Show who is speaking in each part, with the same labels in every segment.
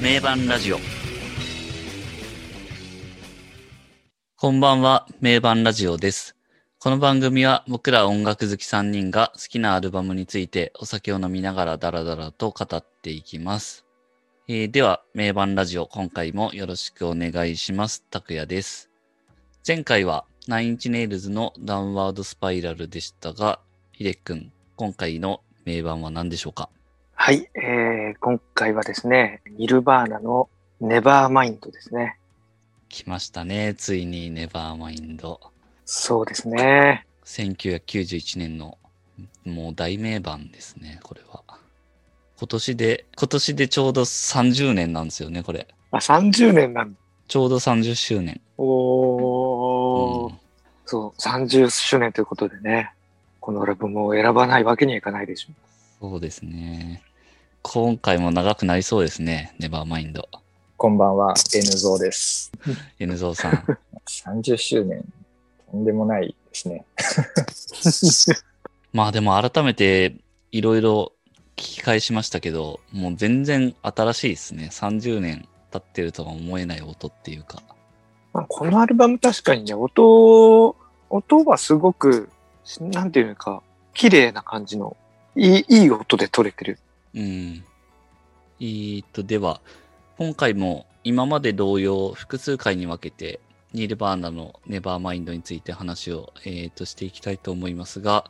Speaker 1: 名盤ラジオ。こんばんは、名盤ラジオです。この番組は僕ら音楽好き3人が好きなアルバムについてお酒を飲みながらダラダラと語っていきます。えーでは、名盤ラジオ、今回もよろしくお願いします。拓也です。前回は、ナインチネイルズのダウンワードスパイラルでしたが、ひでくん、今回の名盤は何でしょうか
Speaker 2: はい、えー、今回はですね、ニルバーナのネバーマインドですね。
Speaker 1: 来ましたね。ついにネバーマインド。
Speaker 2: そうですね。
Speaker 1: 1991年のもう大名盤ですね、これは。今年で、今年でちょうど30年なんですよね、これ。
Speaker 2: あ、30年なん
Speaker 1: ちょうど30周年。
Speaker 2: おー、
Speaker 1: うん
Speaker 2: そう、30周年ということでね、このアルバムを選ばないわけにはいかないでしょ。
Speaker 1: そうですね。今回も長くなりそうですね、ネバーマインド。
Speaker 3: こんばんは、N ゾーです。
Speaker 1: N ゾウさ ん。
Speaker 3: 30周年、とんでもないで すね。
Speaker 1: まあでも改めていろいろ聞き返しましたけど、もう全然新しいですね。30年経ってるとは思えない音っていうか。
Speaker 2: まあ、このアルバム確かにね、音、音はすごく、しなんていうか、綺麗な感じの、いい、いい音で撮れてる。
Speaker 1: うん。えーっと、では、今回も今まで同様、複数回に分けて、ニルバーナのネバーマインドについて話を、えーっとしていきたいと思いますが、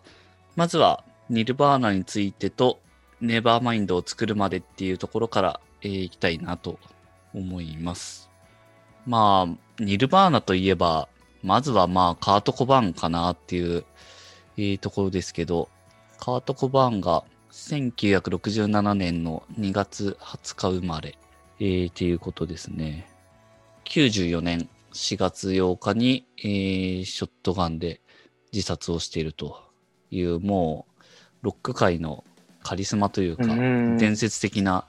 Speaker 1: まずは、ニルバーナについてと、ネバーマインドを作るまでっていうところから、えーいきたいなと思います。まあ、ニルバーナといえば、まずはまあ、カート・コバーンかなっていう、えーところですけど、カート・コバーンが1967年の2月20日生まれ、えー、っていうことですね。94年4月8日に、えーショットガンで自殺をしているという、もう、ロック界のカリスマというか、
Speaker 2: うん
Speaker 1: 伝説的な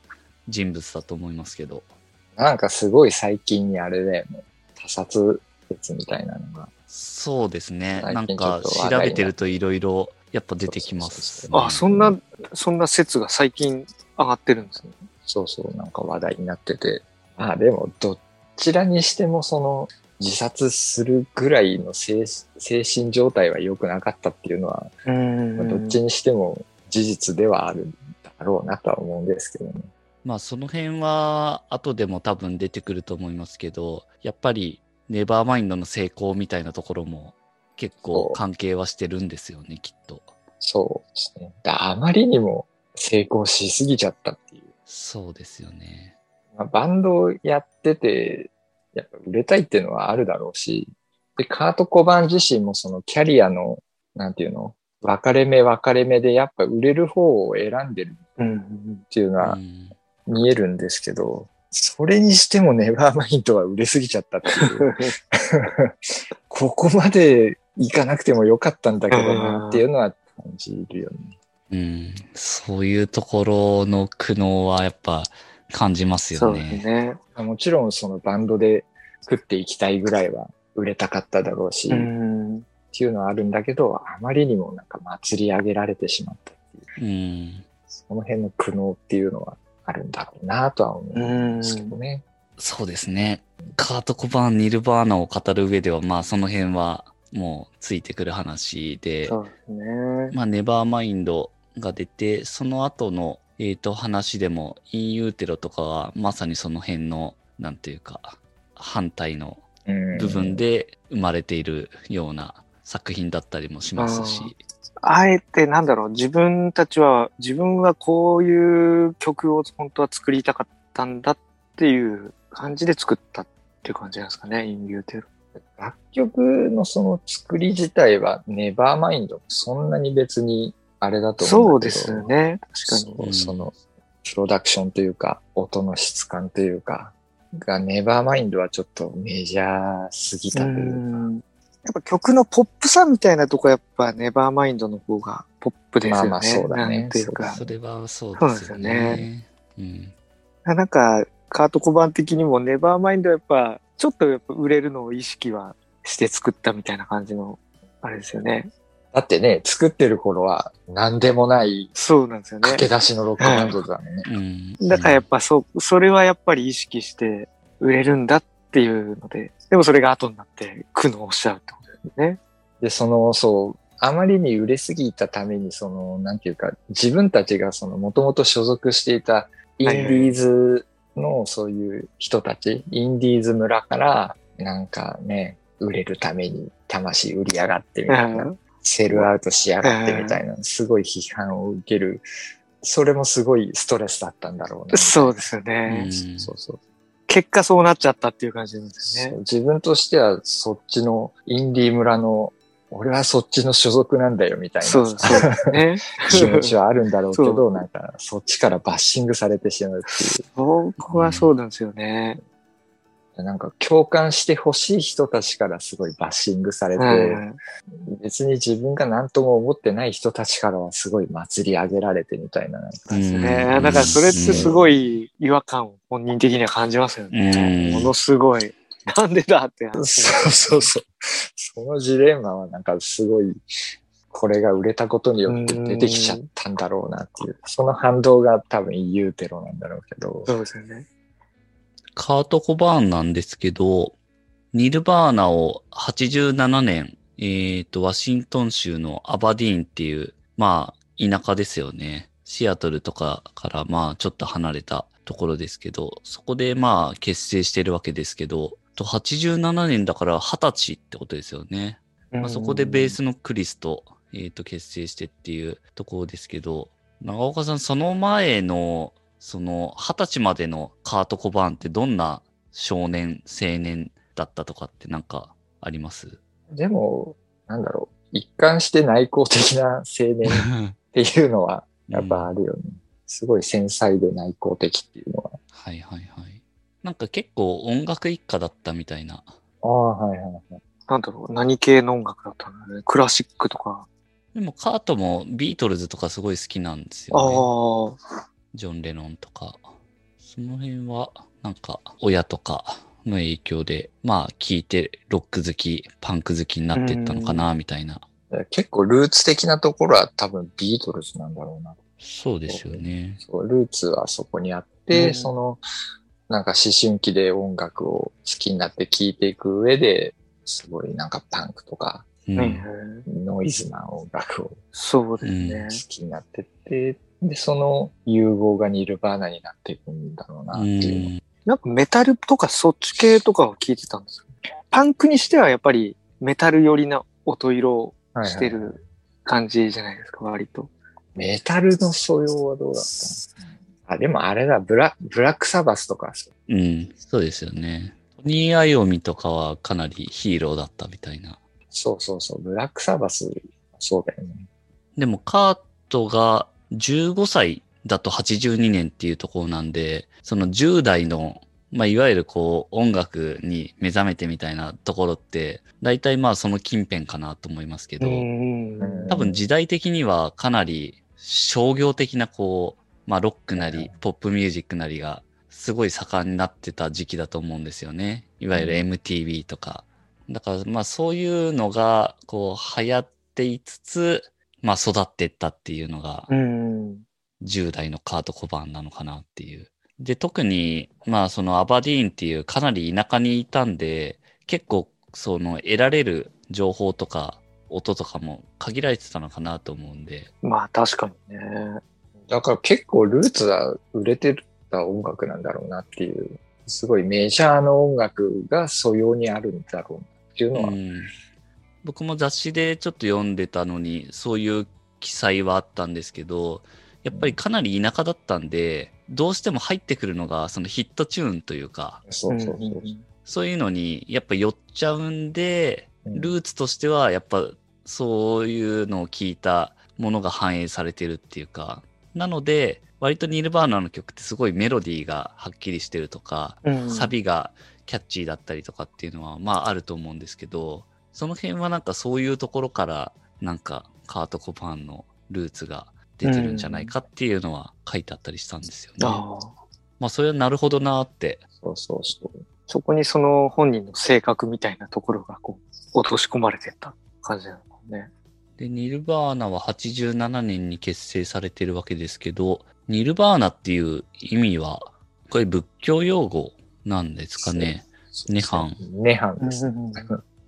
Speaker 1: 人物だと思いますけど、
Speaker 3: なんかすごい最近にあれだよね。他殺説みたいなのが。
Speaker 1: そうですね。
Speaker 3: 最
Speaker 1: なん
Speaker 3: 近
Speaker 1: か
Speaker 3: ちょっと話題に
Speaker 1: 調
Speaker 3: な
Speaker 1: べてるといろいろやっぱ出てきます、
Speaker 3: そう
Speaker 2: あ、そんな、そんな説が最近上がってるんですね。
Speaker 3: そうそう、なんか話題になってて。まあでも、どちらにしてもその、自殺するぐらいの精精神状態は良くなかったっていうのは、
Speaker 2: うん
Speaker 3: まあどっちにしても事実ではあるんだろうなとは思うんですけどね。
Speaker 1: まあその辺は後でも多分出てくると思いますけど、やっぱりネバーマインドの成功みたいなところも結構関係はしてるんですよね、きっと。
Speaker 3: そうですね。だあまりにも成功しすぎちゃったっていう。
Speaker 1: そうですよね。
Speaker 3: まあ、バンドをやってて、やっぱ売れたいっていうのはあるだろうし、で、カート・コバーン自身もそのキャリアの、なんていうの、分かれ目分かれ目でやっぱ売れる方を選んでる
Speaker 2: うんうん
Speaker 3: っていうの
Speaker 1: う
Speaker 3: は
Speaker 1: ん
Speaker 3: 見えるんですけど、それにしてもネバーマインドは売れすぎちゃったっ ていう。ここまで行かなくてもよかったんだけどなっていうのは感じるよね。
Speaker 1: うん、そういうところの苦悩はやっぱ感じます
Speaker 2: そ
Speaker 1: よ
Speaker 2: うです
Speaker 1: ね。
Speaker 2: ね。
Speaker 3: もちろんそのバンドで食っていきたいぐらいは売れたかっただろうし、
Speaker 2: うん。
Speaker 3: っていうのはあるんだけど、あまりにもなんか祭り上げられてしまったっていう、
Speaker 1: うん、
Speaker 3: その辺の苦悩っていうのはあるんだろうなとは思
Speaker 2: う
Speaker 3: うん
Speaker 2: ん。
Speaker 3: ですけどね。
Speaker 1: そうですね。カート・コバーン、ニルバーナを語る上では、まあその辺はもうついてくる話で。
Speaker 2: そうですね。
Speaker 1: まあ、ネバーマインドが出て、その後の、えー、と話でも、インユーテロとかはまさにその辺の、なんていうか、反対の
Speaker 3: うん
Speaker 1: 部分で生まれているような作品だったりもしますし、
Speaker 2: あえてなんだろう、自分たちは、自分はこういう曲を本当は作りたかったんだっていう感じで作ったっていう感じなんですかね、インビューテル。
Speaker 3: 楽曲のその作り自体はネバーマインドもそんなに別にあれだと思
Speaker 2: そううん
Speaker 3: だ
Speaker 2: で
Speaker 3: けど。
Speaker 2: すね。確かに。
Speaker 3: そう
Speaker 1: うん
Speaker 3: そのプロダクションというか、音の質感というか、がネバーマインドはちょっとメジャーすぎたという
Speaker 2: うんやっぱ曲のポップさみたいなとこやっぱネバーマインドの方がポップですよね。
Speaker 3: まあまあそうだね
Speaker 2: なんていう
Speaker 3: まあ
Speaker 2: か
Speaker 1: そ。れはそうですよ
Speaker 2: そうです
Speaker 1: ね。うん
Speaker 2: なんか、カート・コバン的にも、ネバーマインドはやっぱ、ちょっとやっぱ売れるのを意識はして作ったみたいな感じの、あれですよね。
Speaker 3: だってね、作ってる頃は何でもない
Speaker 2: そうなんですよね。
Speaker 3: 駆け出しのロックバンドだもんね。
Speaker 1: うん。
Speaker 2: だからやっぱそう、それはやっぱり意識して売れるんだっていうので、でもそれが後になって苦悩しちゃうってことですね。
Speaker 3: で、その、そう、あまりに売れすぎたために、その、なんていうか、自分たちがその、もともと所属していたインディーズのそういう人たち、インディーズ村から、なんかね、売れるために魂売りやがってみたいな、
Speaker 2: うん
Speaker 3: セルアウトしやがってみたいな、すごい批判を受ける。それもすごいストレスだったんだろうな。
Speaker 2: そうですよね、
Speaker 1: うん
Speaker 3: そうそう。
Speaker 2: 結果そうなっちゃったっていう感じなんですよ
Speaker 3: そ
Speaker 2: ね。
Speaker 3: う自分としてはそっちのインディー村の、俺はそっちの所属なんだよみたいな
Speaker 2: そうそうですね。
Speaker 3: 気持ちはあるんだろうけ
Speaker 2: そ
Speaker 3: ど、なんかそっちからバッシングされてしまうってい
Speaker 2: 僕はそうなんですよね。
Speaker 3: う。なんか共感してほしい人たちからすごいバッシングされて、
Speaker 2: うん
Speaker 3: 別に自分が何とも思ってない人たちからはすごい祭り上げられてみたいな。なんか
Speaker 1: うん
Speaker 2: ねだからそれってすごい違和感を本人的には感じますよね。
Speaker 1: うん
Speaker 2: ものすごい。なんでだって話。
Speaker 3: そうそうそう。そのジレンマはなんかすごい、これが売れたことによって出てきちゃったんだろうなっていう。その反動が多分ユーテロなんだろうけど。
Speaker 2: そうですよね。
Speaker 1: カート・コバーンなんですけど、ニルバーナを87年、えっ、と、ワシントン州のアバディーンっていう、まあ、田舎ですよね。シアトルとかから、まあ、ちょっと離れたところですけど、そこで、まあ、結成してるわけですけど、と87年だから20歳ってことですよね。まあ、そこでベースのクリスと,、えー、と結成してっていうところですけど長岡さんその前のその二十歳までのカート・コバーンってどんな少年青年だったとかってなんかあります
Speaker 3: でも、なんだろう。一貫して内向的な青年っていうのは、 やっぱあるよね。すごい繊細で内向的っていうのは。
Speaker 1: はいはいはいなんか結構音楽一家だったみたいな
Speaker 3: ああ、はいはい。
Speaker 2: なんだろう、何系の音楽だったんだろうね。クラシックとか。
Speaker 1: でもカートもビートルズとかすごい好きなんです
Speaker 2: ああ
Speaker 1: よね
Speaker 2: ー。
Speaker 1: ジョン・レノンとか、その辺は、なんか、親とかの影響で、まあ、聞いて、ロック好き、パンク好きになってったのかな、みたいな。
Speaker 3: 結構ルーツ的なところは多分ビートルズなんだろうな。
Speaker 1: そうですよね。
Speaker 3: そうルーツはそこにあっ
Speaker 2: う
Speaker 3: て、
Speaker 2: ん
Speaker 3: その、なんか思春期で音楽を好きになって聴いていく上で、すごいなんかパンクとか
Speaker 1: うん。
Speaker 2: ね
Speaker 3: ノイズな音楽を
Speaker 2: そうです
Speaker 1: う
Speaker 2: ね
Speaker 3: 好。きになってって、で、その融合がニルバーナになっていくんだろうなっ
Speaker 1: う
Speaker 3: ていう。
Speaker 1: ん
Speaker 2: なんかメタルとかそっち系とかを聞いてたんですよ。パンクにしてはやっぱりメタル寄りな音色を
Speaker 3: はいはい
Speaker 2: してる感じじゃないですか、割と。
Speaker 3: メタルの素養はどうだったのあ、でもあれだ、ブラブラックサバスとか、
Speaker 1: うん。そうですよね。トニー・アイオミとかはかなりヒーローだったみたいな。
Speaker 3: そうそうそう、ブラックサバス、そうだよね。
Speaker 1: でも、カートが15歳だと82年っていうところなんで、その10代の、まあ、いわゆるこう、音楽に目覚めてみたいなところって、大体まあその近辺かなと思いますけど、
Speaker 2: ん
Speaker 3: うん
Speaker 1: 多分時代的にはかなり商業的なこう、まあロックなり、ポップミュージックなりが、すごい盛んになってた時期だと思うんですよね。いわゆる MTV とか。だからまあそういうのが、こう、流行っていつつ、まあ育ってったっていうのが
Speaker 2: う、ん。
Speaker 1: 10代のカート・コバーンなのかなっていう。で、特に、まあそのアバディーンっていうかなり田舎にいたんで、結構その得られる情報とか音とかも限られてたのかなと思うんで、
Speaker 2: まあ確かにね。
Speaker 3: だから結構ルーツは売れてた音楽なんだろうなっていう、すごいメジャーの音楽が素養にあるんだろうなっていうのは、
Speaker 1: うん僕も雑誌でちょっと読んでたのにそういう記載はあったんですけどやっぱりかなり田舎だったんでどうしても入ってくるのがそのヒットチューンというか
Speaker 3: そうそうそう。
Speaker 1: そういうのにやっぱ寄っちゃうんで
Speaker 3: うん
Speaker 1: ルーツとしてはやっぱそういうのを聞いたものが反映されてるっていうかなので割とニルバーナの曲ってすごいメロディーがはっきりしてるとか
Speaker 2: うん
Speaker 1: サビがキャッチーだったりとかっていうのはまああると思うんですけどその辺はなんかそういうところからなんかカート・コパンのルーツが出てるんじゃないかっていうのは書いてあったりしたんですよね。
Speaker 2: ああ
Speaker 1: まあそれはなるほどなーって。
Speaker 3: そうそうそう。
Speaker 2: そこにその本人の性格みたいなところがこう、落とし込まれてった感じなのかもね。
Speaker 1: で、ニルバーナは87年に結成されてるわけですけど、ニルバーナっていう意味は、これ仏教用語なんですかね。涅槃。
Speaker 3: 涅槃です。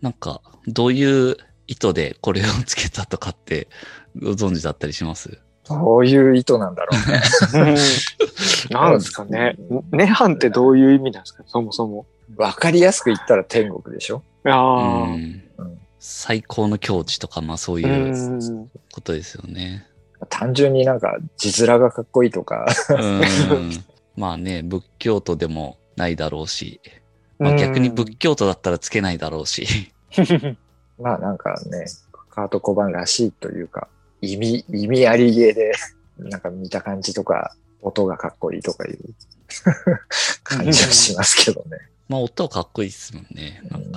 Speaker 1: なんか、どういう意図でこれをつけたとかってご存知だったりします
Speaker 3: どういう意図なんだろうね。
Speaker 2: なんですかね。ネハンってどういう意味なんですかそもそも。
Speaker 3: わかりやすく言ったら天国でしょ
Speaker 1: う
Speaker 2: ああ。
Speaker 1: ん。最高の境地とか、まあそう
Speaker 2: う。
Speaker 1: いううんことですよね。
Speaker 3: 単純になんか字面がかっこいいとか、
Speaker 1: うん。まあね、仏教徒でもないだろうし、まあ、逆に仏教徒だったらつけないだろうし。
Speaker 3: まあなんかね、カート・コバンらしいというか、意味、意味ありげで、 なんか見た感じとか、音がかっこいいとかいう 感じはしますけどね。
Speaker 1: まあ音かっこいいですもんね。なんか。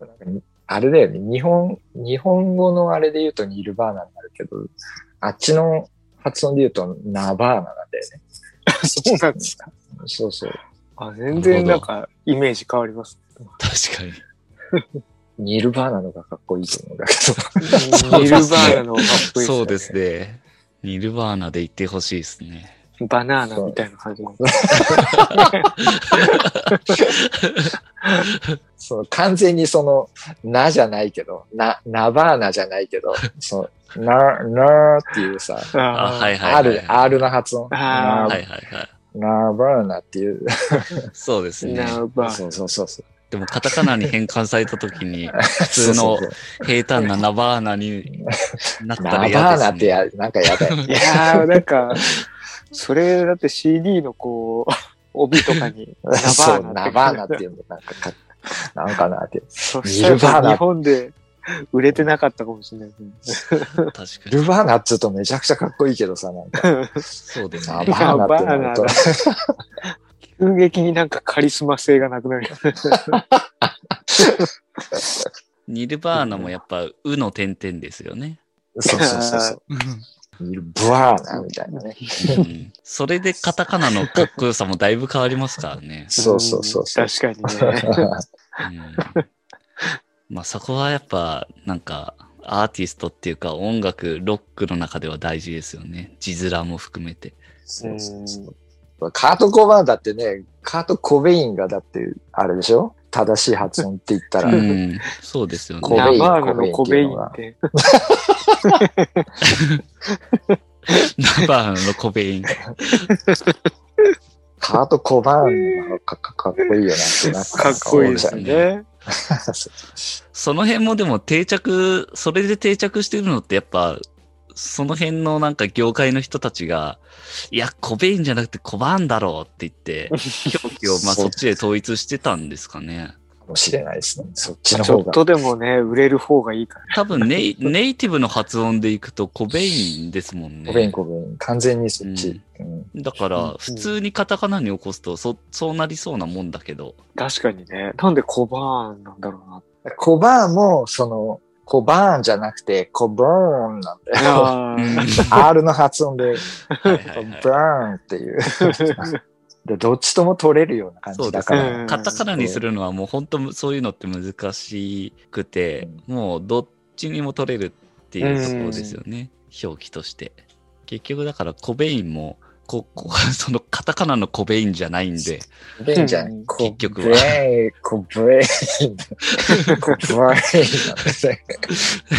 Speaker 3: なんかにあれだよね、日本、日本語のあれで言うとニルバーナになるけど、あっちの発音で言うとナバーナなんだよね。
Speaker 2: そうなんですか。
Speaker 3: そうそう。
Speaker 2: あ全然なんかイメージ変わります。
Speaker 1: 確かに。
Speaker 3: ニルバーナのがかっこいいと思うんだけど。
Speaker 1: う
Speaker 2: ニルバーナのかっこいいですね
Speaker 1: そうですね。ニルバーナで言ってほしいですね。
Speaker 2: バナーナみたいな感じの。
Speaker 3: そう、完全にその、なじゃないけど、な、なばーなじゃないけど、そう、な、なーっていうさ、
Speaker 1: あ、
Speaker 2: あー
Speaker 1: はいはいはい。
Speaker 3: R、R の発音。
Speaker 2: あー
Speaker 3: な
Speaker 1: はいはいはい。
Speaker 3: なばーなっていう。
Speaker 1: そうですね。
Speaker 2: ナバー
Speaker 3: そうそう そうそう。
Speaker 1: でも、カタカナに変換されたとき に、
Speaker 3: 普
Speaker 1: 通の平坦なナバーナになった
Speaker 3: な
Speaker 1: ら
Speaker 3: ばー
Speaker 1: 嫌です、ね。
Speaker 3: なってや、なんかやだよ。
Speaker 2: ナ。いやー、なんか、それだって CD のこう、帯とか に、ナバ
Speaker 3: そう、
Speaker 2: ーナ
Speaker 3: なばーなっていうの、なんかか、なんかなって。
Speaker 2: そした
Speaker 3: ニルバー
Speaker 2: ら
Speaker 3: ナ
Speaker 2: 日本で売れてなかったかもしれないですね。
Speaker 1: 確かに。
Speaker 3: ルバーナっつうとめちゃくちゃかっこいいけどさ、 なんか、
Speaker 1: そうです
Speaker 3: な
Speaker 1: ね
Speaker 3: ば。ーなってなると
Speaker 2: ナバーナだ、急激になんかカリスマ性がなくなる。
Speaker 1: ニルバーナもやっぱ、うの点々ですよね。
Speaker 3: そうそうそう そう。ルバーナみたいなね。
Speaker 1: うんそれでカタカナのかっこよさもだいぶ変わりますからね。
Speaker 3: そうそうそうそう。
Speaker 2: ん確かに ね。
Speaker 1: うんまあそこはやっぱなんかアーティストっていうか音楽ロックの中では大事ですよね。字面も含めて。
Speaker 3: そうそうそうカート・コバーンだってね、カート・コベインがだって、あれでしょ正しい発音って言ったら、
Speaker 1: うん、そうですよ
Speaker 3: コベ
Speaker 1: ね。
Speaker 3: イン
Speaker 2: ナバーナのコベインって。
Speaker 1: ナバーナのコベイン。
Speaker 3: カート・コバーンのかかかっこいいよなってな ん
Speaker 2: かっこいいで
Speaker 1: そ
Speaker 2: す
Speaker 1: う
Speaker 2: よ
Speaker 1: です
Speaker 2: ね。
Speaker 1: その辺もでも定着、それで定着してるのってやっぱその辺のなんか業界の人たちが、いや、コベインじゃなくてコバーンだろうって言って、表記をまあそっちで統一してたんですかね。
Speaker 3: かもしれないですね。そっちの
Speaker 2: ち
Speaker 3: 方
Speaker 2: ょっ
Speaker 3: が。
Speaker 2: とでもね、売れる方がいいから。
Speaker 1: 多分ネイネイティブの発音でいくとコベインですもんね。
Speaker 3: コベイン、コベイン。完全にそっち。うん
Speaker 1: だから、普通にカタカナに起こすと、そ、そうなりそうなもんだけど。
Speaker 2: 確かにね。なんでコバーンなんだろう な。
Speaker 3: コバーンも、その、コバーンじゃなくて、コバーンなんだよ。
Speaker 2: あ
Speaker 1: うん
Speaker 2: ー
Speaker 3: R の発音で、
Speaker 1: はいは
Speaker 3: コ
Speaker 1: いはい
Speaker 3: バーンっていう。でどっちとも取れるような感
Speaker 1: そう
Speaker 3: じ
Speaker 1: で
Speaker 3: だ
Speaker 1: す
Speaker 3: か
Speaker 1: ね
Speaker 3: ら。
Speaker 2: うん
Speaker 1: カタカナにするのはもう本当そういうのって難しくて、もうどっちにも取れるっていうところですよね。表記として。結局だからコベインも、こ、 こそのカタカナのコベインじゃないんで、
Speaker 3: コベインじゃな
Speaker 2: う
Speaker 3: い
Speaker 2: ん。
Speaker 3: コ
Speaker 1: 結局
Speaker 3: ブレイン、コブレイン。コブレインなんですね。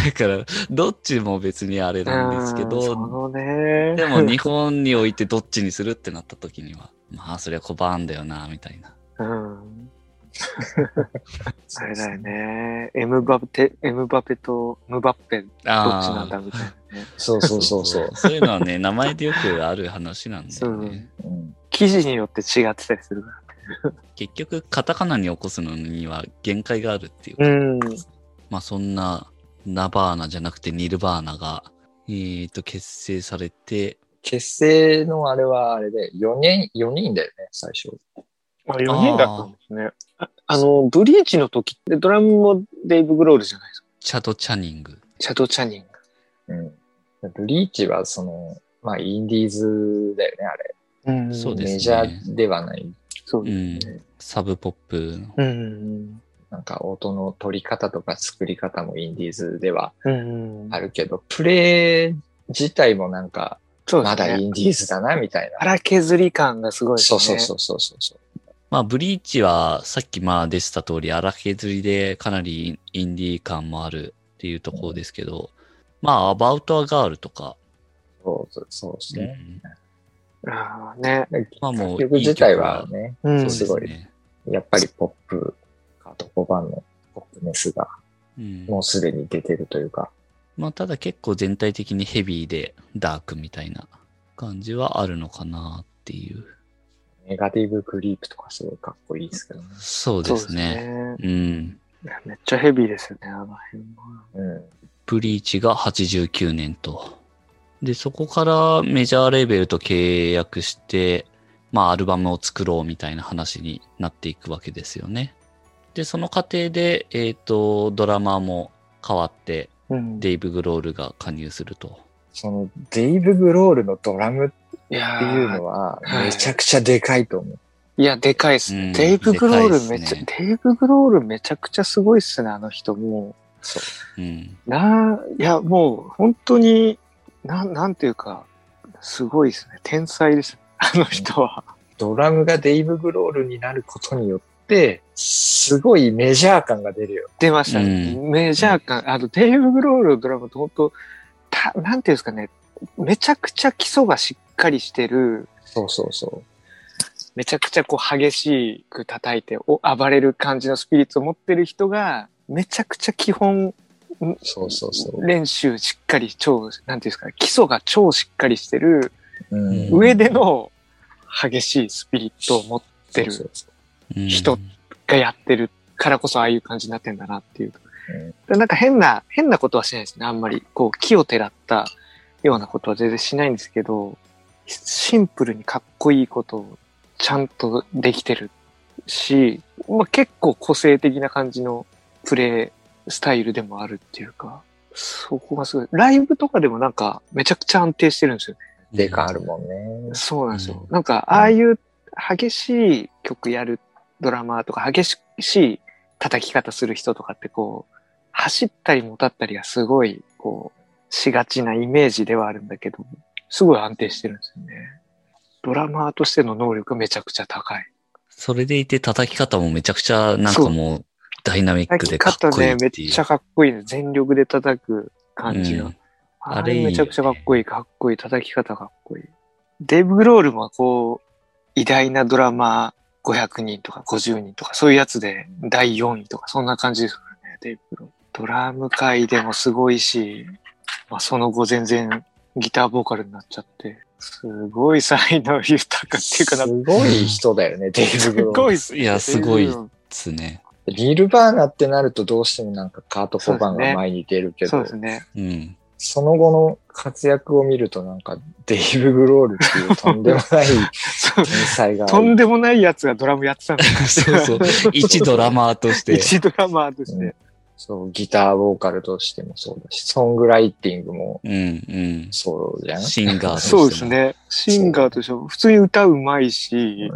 Speaker 1: だからどっちも別にあれなんですけ
Speaker 2: うんそ
Speaker 1: ど、
Speaker 2: のね。
Speaker 1: でも日本においてどっちにするってなった時には、まあそりゃ拒んだよな、みたいな。
Speaker 2: うん。あれだよね。エムバペ、エムバペとムバッペ、どっちなんだみたいなね。
Speaker 3: そうそうそうそ
Speaker 1: そうう。そういうのはね、名前でよくある話なんだよね。
Speaker 3: うん
Speaker 2: 記事によって違ってたりするか
Speaker 1: 結局、カタカナに起こすのには限界があるっていうか。
Speaker 2: ら。うん。
Speaker 1: まあそんな、ナバーナじゃなくてニルバーナが、えーと、結成されて、
Speaker 3: 結成のあれはあれで、4年、4人だよね、最初。
Speaker 2: あ、4人だったんですね。ああの、ブリーチの時ってドラムもデイブ・グロールじゃないですか。
Speaker 1: チャド・チャニング。
Speaker 2: シャドー・チャニング。
Speaker 3: うん。ブリーチはその、まあ、インディーズだよね、あれ。
Speaker 2: うん
Speaker 1: そうですね
Speaker 3: メジャーではない。
Speaker 2: そう
Speaker 1: う
Speaker 2: です
Speaker 1: ん。サブポップの。
Speaker 2: うん。
Speaker 3: なんか音の取り方とか作り方もインディーズでは
Speaker 2: うんうん
Speaker 3: あるけど、プレイ自体もなんか、
Speaker 2: そうで
Speaker 3: ますだ
Speaker 2: ね。
Speaker 3: インディーズだな、みたいな。
Speaker 2: 荒削り感がすごいです
Speaker 3: そ
Speaker 2: ね。
Speaker 3: うそうそうそうそうそう。
Speaker 1: まあ、ブリーチはさっきまあ出した通り荒削りでかなりインディー感もあるっていうところですけど、まあ、アバウトアガールとか、
Speaker 3: そうそうそうですね。
Speaker 2: う。ああ、ね。
Speaker 1: まあもう
Speaker 3: 曲自体はね、
Speaker 2: う
Speaker 1: うん
Speaker 2: ん。
Speaker 1: そうです
Speaker 3: ごい
Speaker 1: ね。
Speaker 3: やっぱりポップ、カート5番のポップネスが
Speaker 1: うん
Speaker 3: もうすでに出てるというか、
Speaker 1: まあ、ただ結構全体的にヘビーでダークみたいな感じはあるのかなっていう。
Speaker 3: ネガティブクリープとかすごいかっこいいですけどね。
Speaker 1: そう
Speaker 2: そう
Speaker 1: で
Speaker 2: ですす
Speaker 1: ね。
Speaker 2: ね。
Speaker 1: うん。
Speaker 2: めっちゃヘビーですよね、あの辺は。
Speaker 3: うん。
Speaker 1: ブリーチが89年と。で、そこからメジャーレーベルと契約して、まあ、アルバムを作ろうみたいな話になっていくわけですよね。で、その過程で、えっ、と、ドラマーも変わって、
Speaker 2: うん。
Speaker 1: デイブ・グロールが加入すると。
Speaker 3: そのデイブ・グロールのドラムっ
Speaker 2: いや
Speaker 3: ていう
Speaker 2: ー
Speaker 3: のは
Speaker 2: はい
Speaker 3: めちゃくちゃでかいと思う。
Speaker 2: いや、でかいっす
Speaker 1: うん
Speaker 2: ね。デイブ・グロールめちゃ、
Speaker 1: でか
Speaker 2: デイブ・グロールめちゃくちゃすごいっすね、あの人も
Speaker 3: そう。
Speaker 1: うん。
Speaker 2: う。なーいや、もう本当に、なん、なんていうか、すごいっすね。天才です。あの人は。
Speaker 3: ドラムがデイブ・グロールになることによって、すごいメジャー感が出るよ。
Speaker 2: 出ましたね。
Speaker 1: う
Speaker 2: メジャー感、あの、デイブ・グロールのドラマと本当、た、なんていうんですかね、めちゃくちゃ基礎がしっかりしてる、
Speaker 3: そうそうそう。
Speaker 2: めちゃくちゃこう激しく叩いて、お暴れる感じのスピリッツを持ってる人が、めちゃくちゃ基本
Speaker 3: そうそうそう。
Speaker 2: 練習しっかり、超、なんていうんですかね、基礎が超しっかりしてる、
Speaker 3: うん
Speaker 2: 上での激しいスピリットを持ってる
Speaker 3: そうそうそう
Speaker 1: うん
Speaker 2: 人がやってるからこそああいう感じになってんだなっていう。
Speaker 3: うん
Speaker 2: でなんか変な、変なことはしないですね。あんまり、こう、木をてらったようなことは全然しないんですけど、シンプルにかっこいいことをちゃんとできてるし、まあ、結構個性的な感じのプレイスタイルでもあるっていうか、そこがすごい。ライブとかでもなんかめちゃくちゃ安定してるんですよね。
Speaker 3: でかあるもんね。
Speaker 2: そうなんです
Speaker 1: う
Speaker 2: よ。
Speaker 1: ん
Speaker 2: なんか、ああいう激しい曲やるドラマーとか、激しい叩き方する人とかって、こう、走ったりもたったりがすごい、こう、しがちなイメージではあるんだけど、すごい安定してるんですよね。ドラマーとしての能力がめちゃくちゃ高い。
Speaker 1: それでいて叩き方もめちゃくちゃなんかもうダイナミック
Speaker 2: 叩
Speaker 1: で
Speaker 2: き
Speaker 1: かっ
Speaker 2: 方
Speaker 1: こいい
Speaker 2: ね、
Speaker 1: っ
Speaker 2: めって
Speaker 1: いう。
Speaker 2: ちゃかっこいいね。全力で叩く感じ
Speaker 1: う
Speaker 2: が。
Speaker 1: んあ
Speaker 2: あ
Speaker 1: れいい
Speaker 2: れ
Speaker 1: よね
Speaker 2: めちゃくちゃかっこいい、かっこいい、叩き方かっこいい。デイブ・グロールもこう、偉大なドラマー500人とか50人とか、そういうやつで第4位とか、そんな感じですからね、デイブ・グロール。ドラム界でもすごいし、まあ、その後全然ギターボーカルになっちゃって、すごい才能豊かっていうかな
Speaker 3: す、ごい人だよね、デイブ・
Speaker 2: す
Speaker 3: グロール。
Speaker 2: ごいっす
Speaker 1: いやすごい
Speaker 2: デイブグロール
Speaker 1: ですね。
Speaker 3: ニルバーナってなるとどうしてもなんかカート・コバンが前に出るけ
Speaker 2: そう
Speaker 3: ど、
Speaker 2: で
Speaker 3: そ
Speaker 2: すね。
Speaker 1: うん。
Speaker 3: の後の活躍を見るとなんかデイブ・グロールっていうとんでもない
Speaker 2: そう
Speaker 3: 天才 が
Speaker 2: とんでもないやつがドラムやってたんだ
Speaker 1: そうそう。一ドラマーとして。
Speaker 2: 一ドラマーとして。
Speaker 3: うんそう、ギターボーカルとしてもそうだし、ソングライティングも
Speaker 1: うんうん。
Speaker 3: そうじゃん。
Speaker 1: シンガーとしても。
Speaker 2: そうです。ね。シンガーとしても、普通に歌うまいし、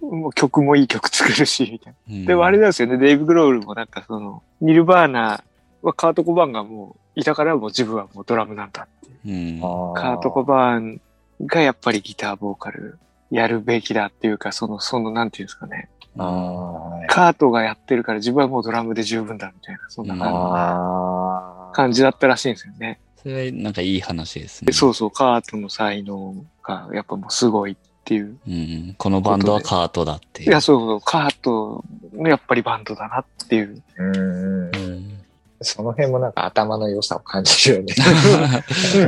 Speaker 2: もう曲もいい曲作るし、みたい
Speaker 1: うん、
Speaker 2: な。でもあれなんですよね、デイブ・グロールもなんかその、ニルバーナはカート・コバーンがもう、いたからもう自分はもうドラムなんだ。
Speaker 1: うん。
Speaker 2: カ
Speaker 3: カ
Speaker 2: ート・コバーンがやっぱりギター、ボーカル、やるべきだっていうか、その、その、なんていうんですかね。
Speaker 3: あー
Speaker 2: カートがやってるから自分はもうドラムで十分だ、みたいな、そんな感じ
Speaker 3: あー。
Speaker 2: 感じだったらしいんですよね。
Speaker 1: それなんかいい話ですね。
Speaker 2: でそうそう、カートの才能がやっぱもうすごいっていう。
Speaker 1: うん。このバンドはカートだっていう。
Speaker 2: いや、そうそう、カートのやっぱりバンドだなっていう。
Speaker 3: うんう ん
Speaker 1: うん。
Speaker 3: その辺もなんか頭の良さを感じるよね。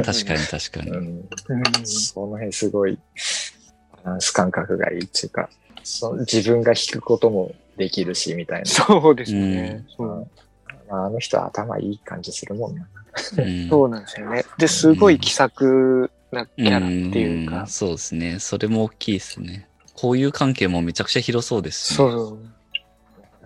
Speaker 1: 確かに確か
Speaker 3: う
Speaker 1: に。
Speaker 3: ん
Speaker 2: うん
Speaker 3: その辺すごいバランス感覚がいいっていうか、そ自分が弾くこともできるしみたいな。
Speaker 2: そうですね。そう
Speaker 3: まあ、あの人は頭いい感じするもんな。
Speaker 1: うん
Speaker 2: そうなんですよね。で、すごい気さくなキャラっていうか。
Speaker 1: んそうですね。それも大きいですね。こういう関係もめちゃくちゃ広そうですしね、
Speaker 2: そうそう。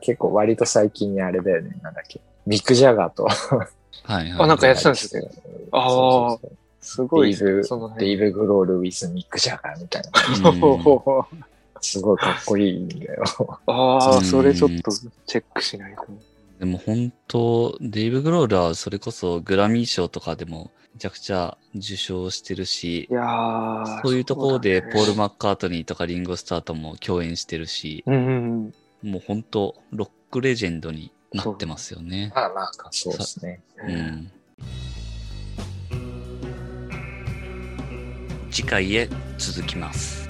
Speaker 3: 結構割と最近にあれだよね、なんだっけ。ミック・ジャガーと。
Speaker 1: はいはい。
Speaker 2: あなんかやってたんですけどあー
Speaker 3: そうそう
Speaker 2: すごい
Speaker 3: デイブ
Speaker 2: その
Speaker 3: そうデ
Speaker 2: 辺。
Speaker 3: イブ・グロール・ウィズ・ミック・ジャガーみたいな。
Speaker 1: うん
Speaker 2: ほうほうほう
Speaker 3: すごいかっこいいんだよ。
Speaker 2: あ
Speaker 1: う
Speaker 2: あ、
Speaker 1: ん
Speaker 2: それちょっとチェックしないと。
Speaker 1: でも本当、デイブ・グローラー、それこそグラミー賞とかでもめちゃくちゃ受賞してるし
Speaker 2: い、やー
Speaker 1: そういうところでポール・
Speaker 2: マ
Speaker 1: マッカートニーとかリンゴ・スターとも共演してるし、
Speaker 2: うんうんうん。
Speaker 1: もう本当、ロックレジェンドになってますよね。
Speaker 3: まあまあ、そうですね。
Speaker 1: うん。次回へ続きます。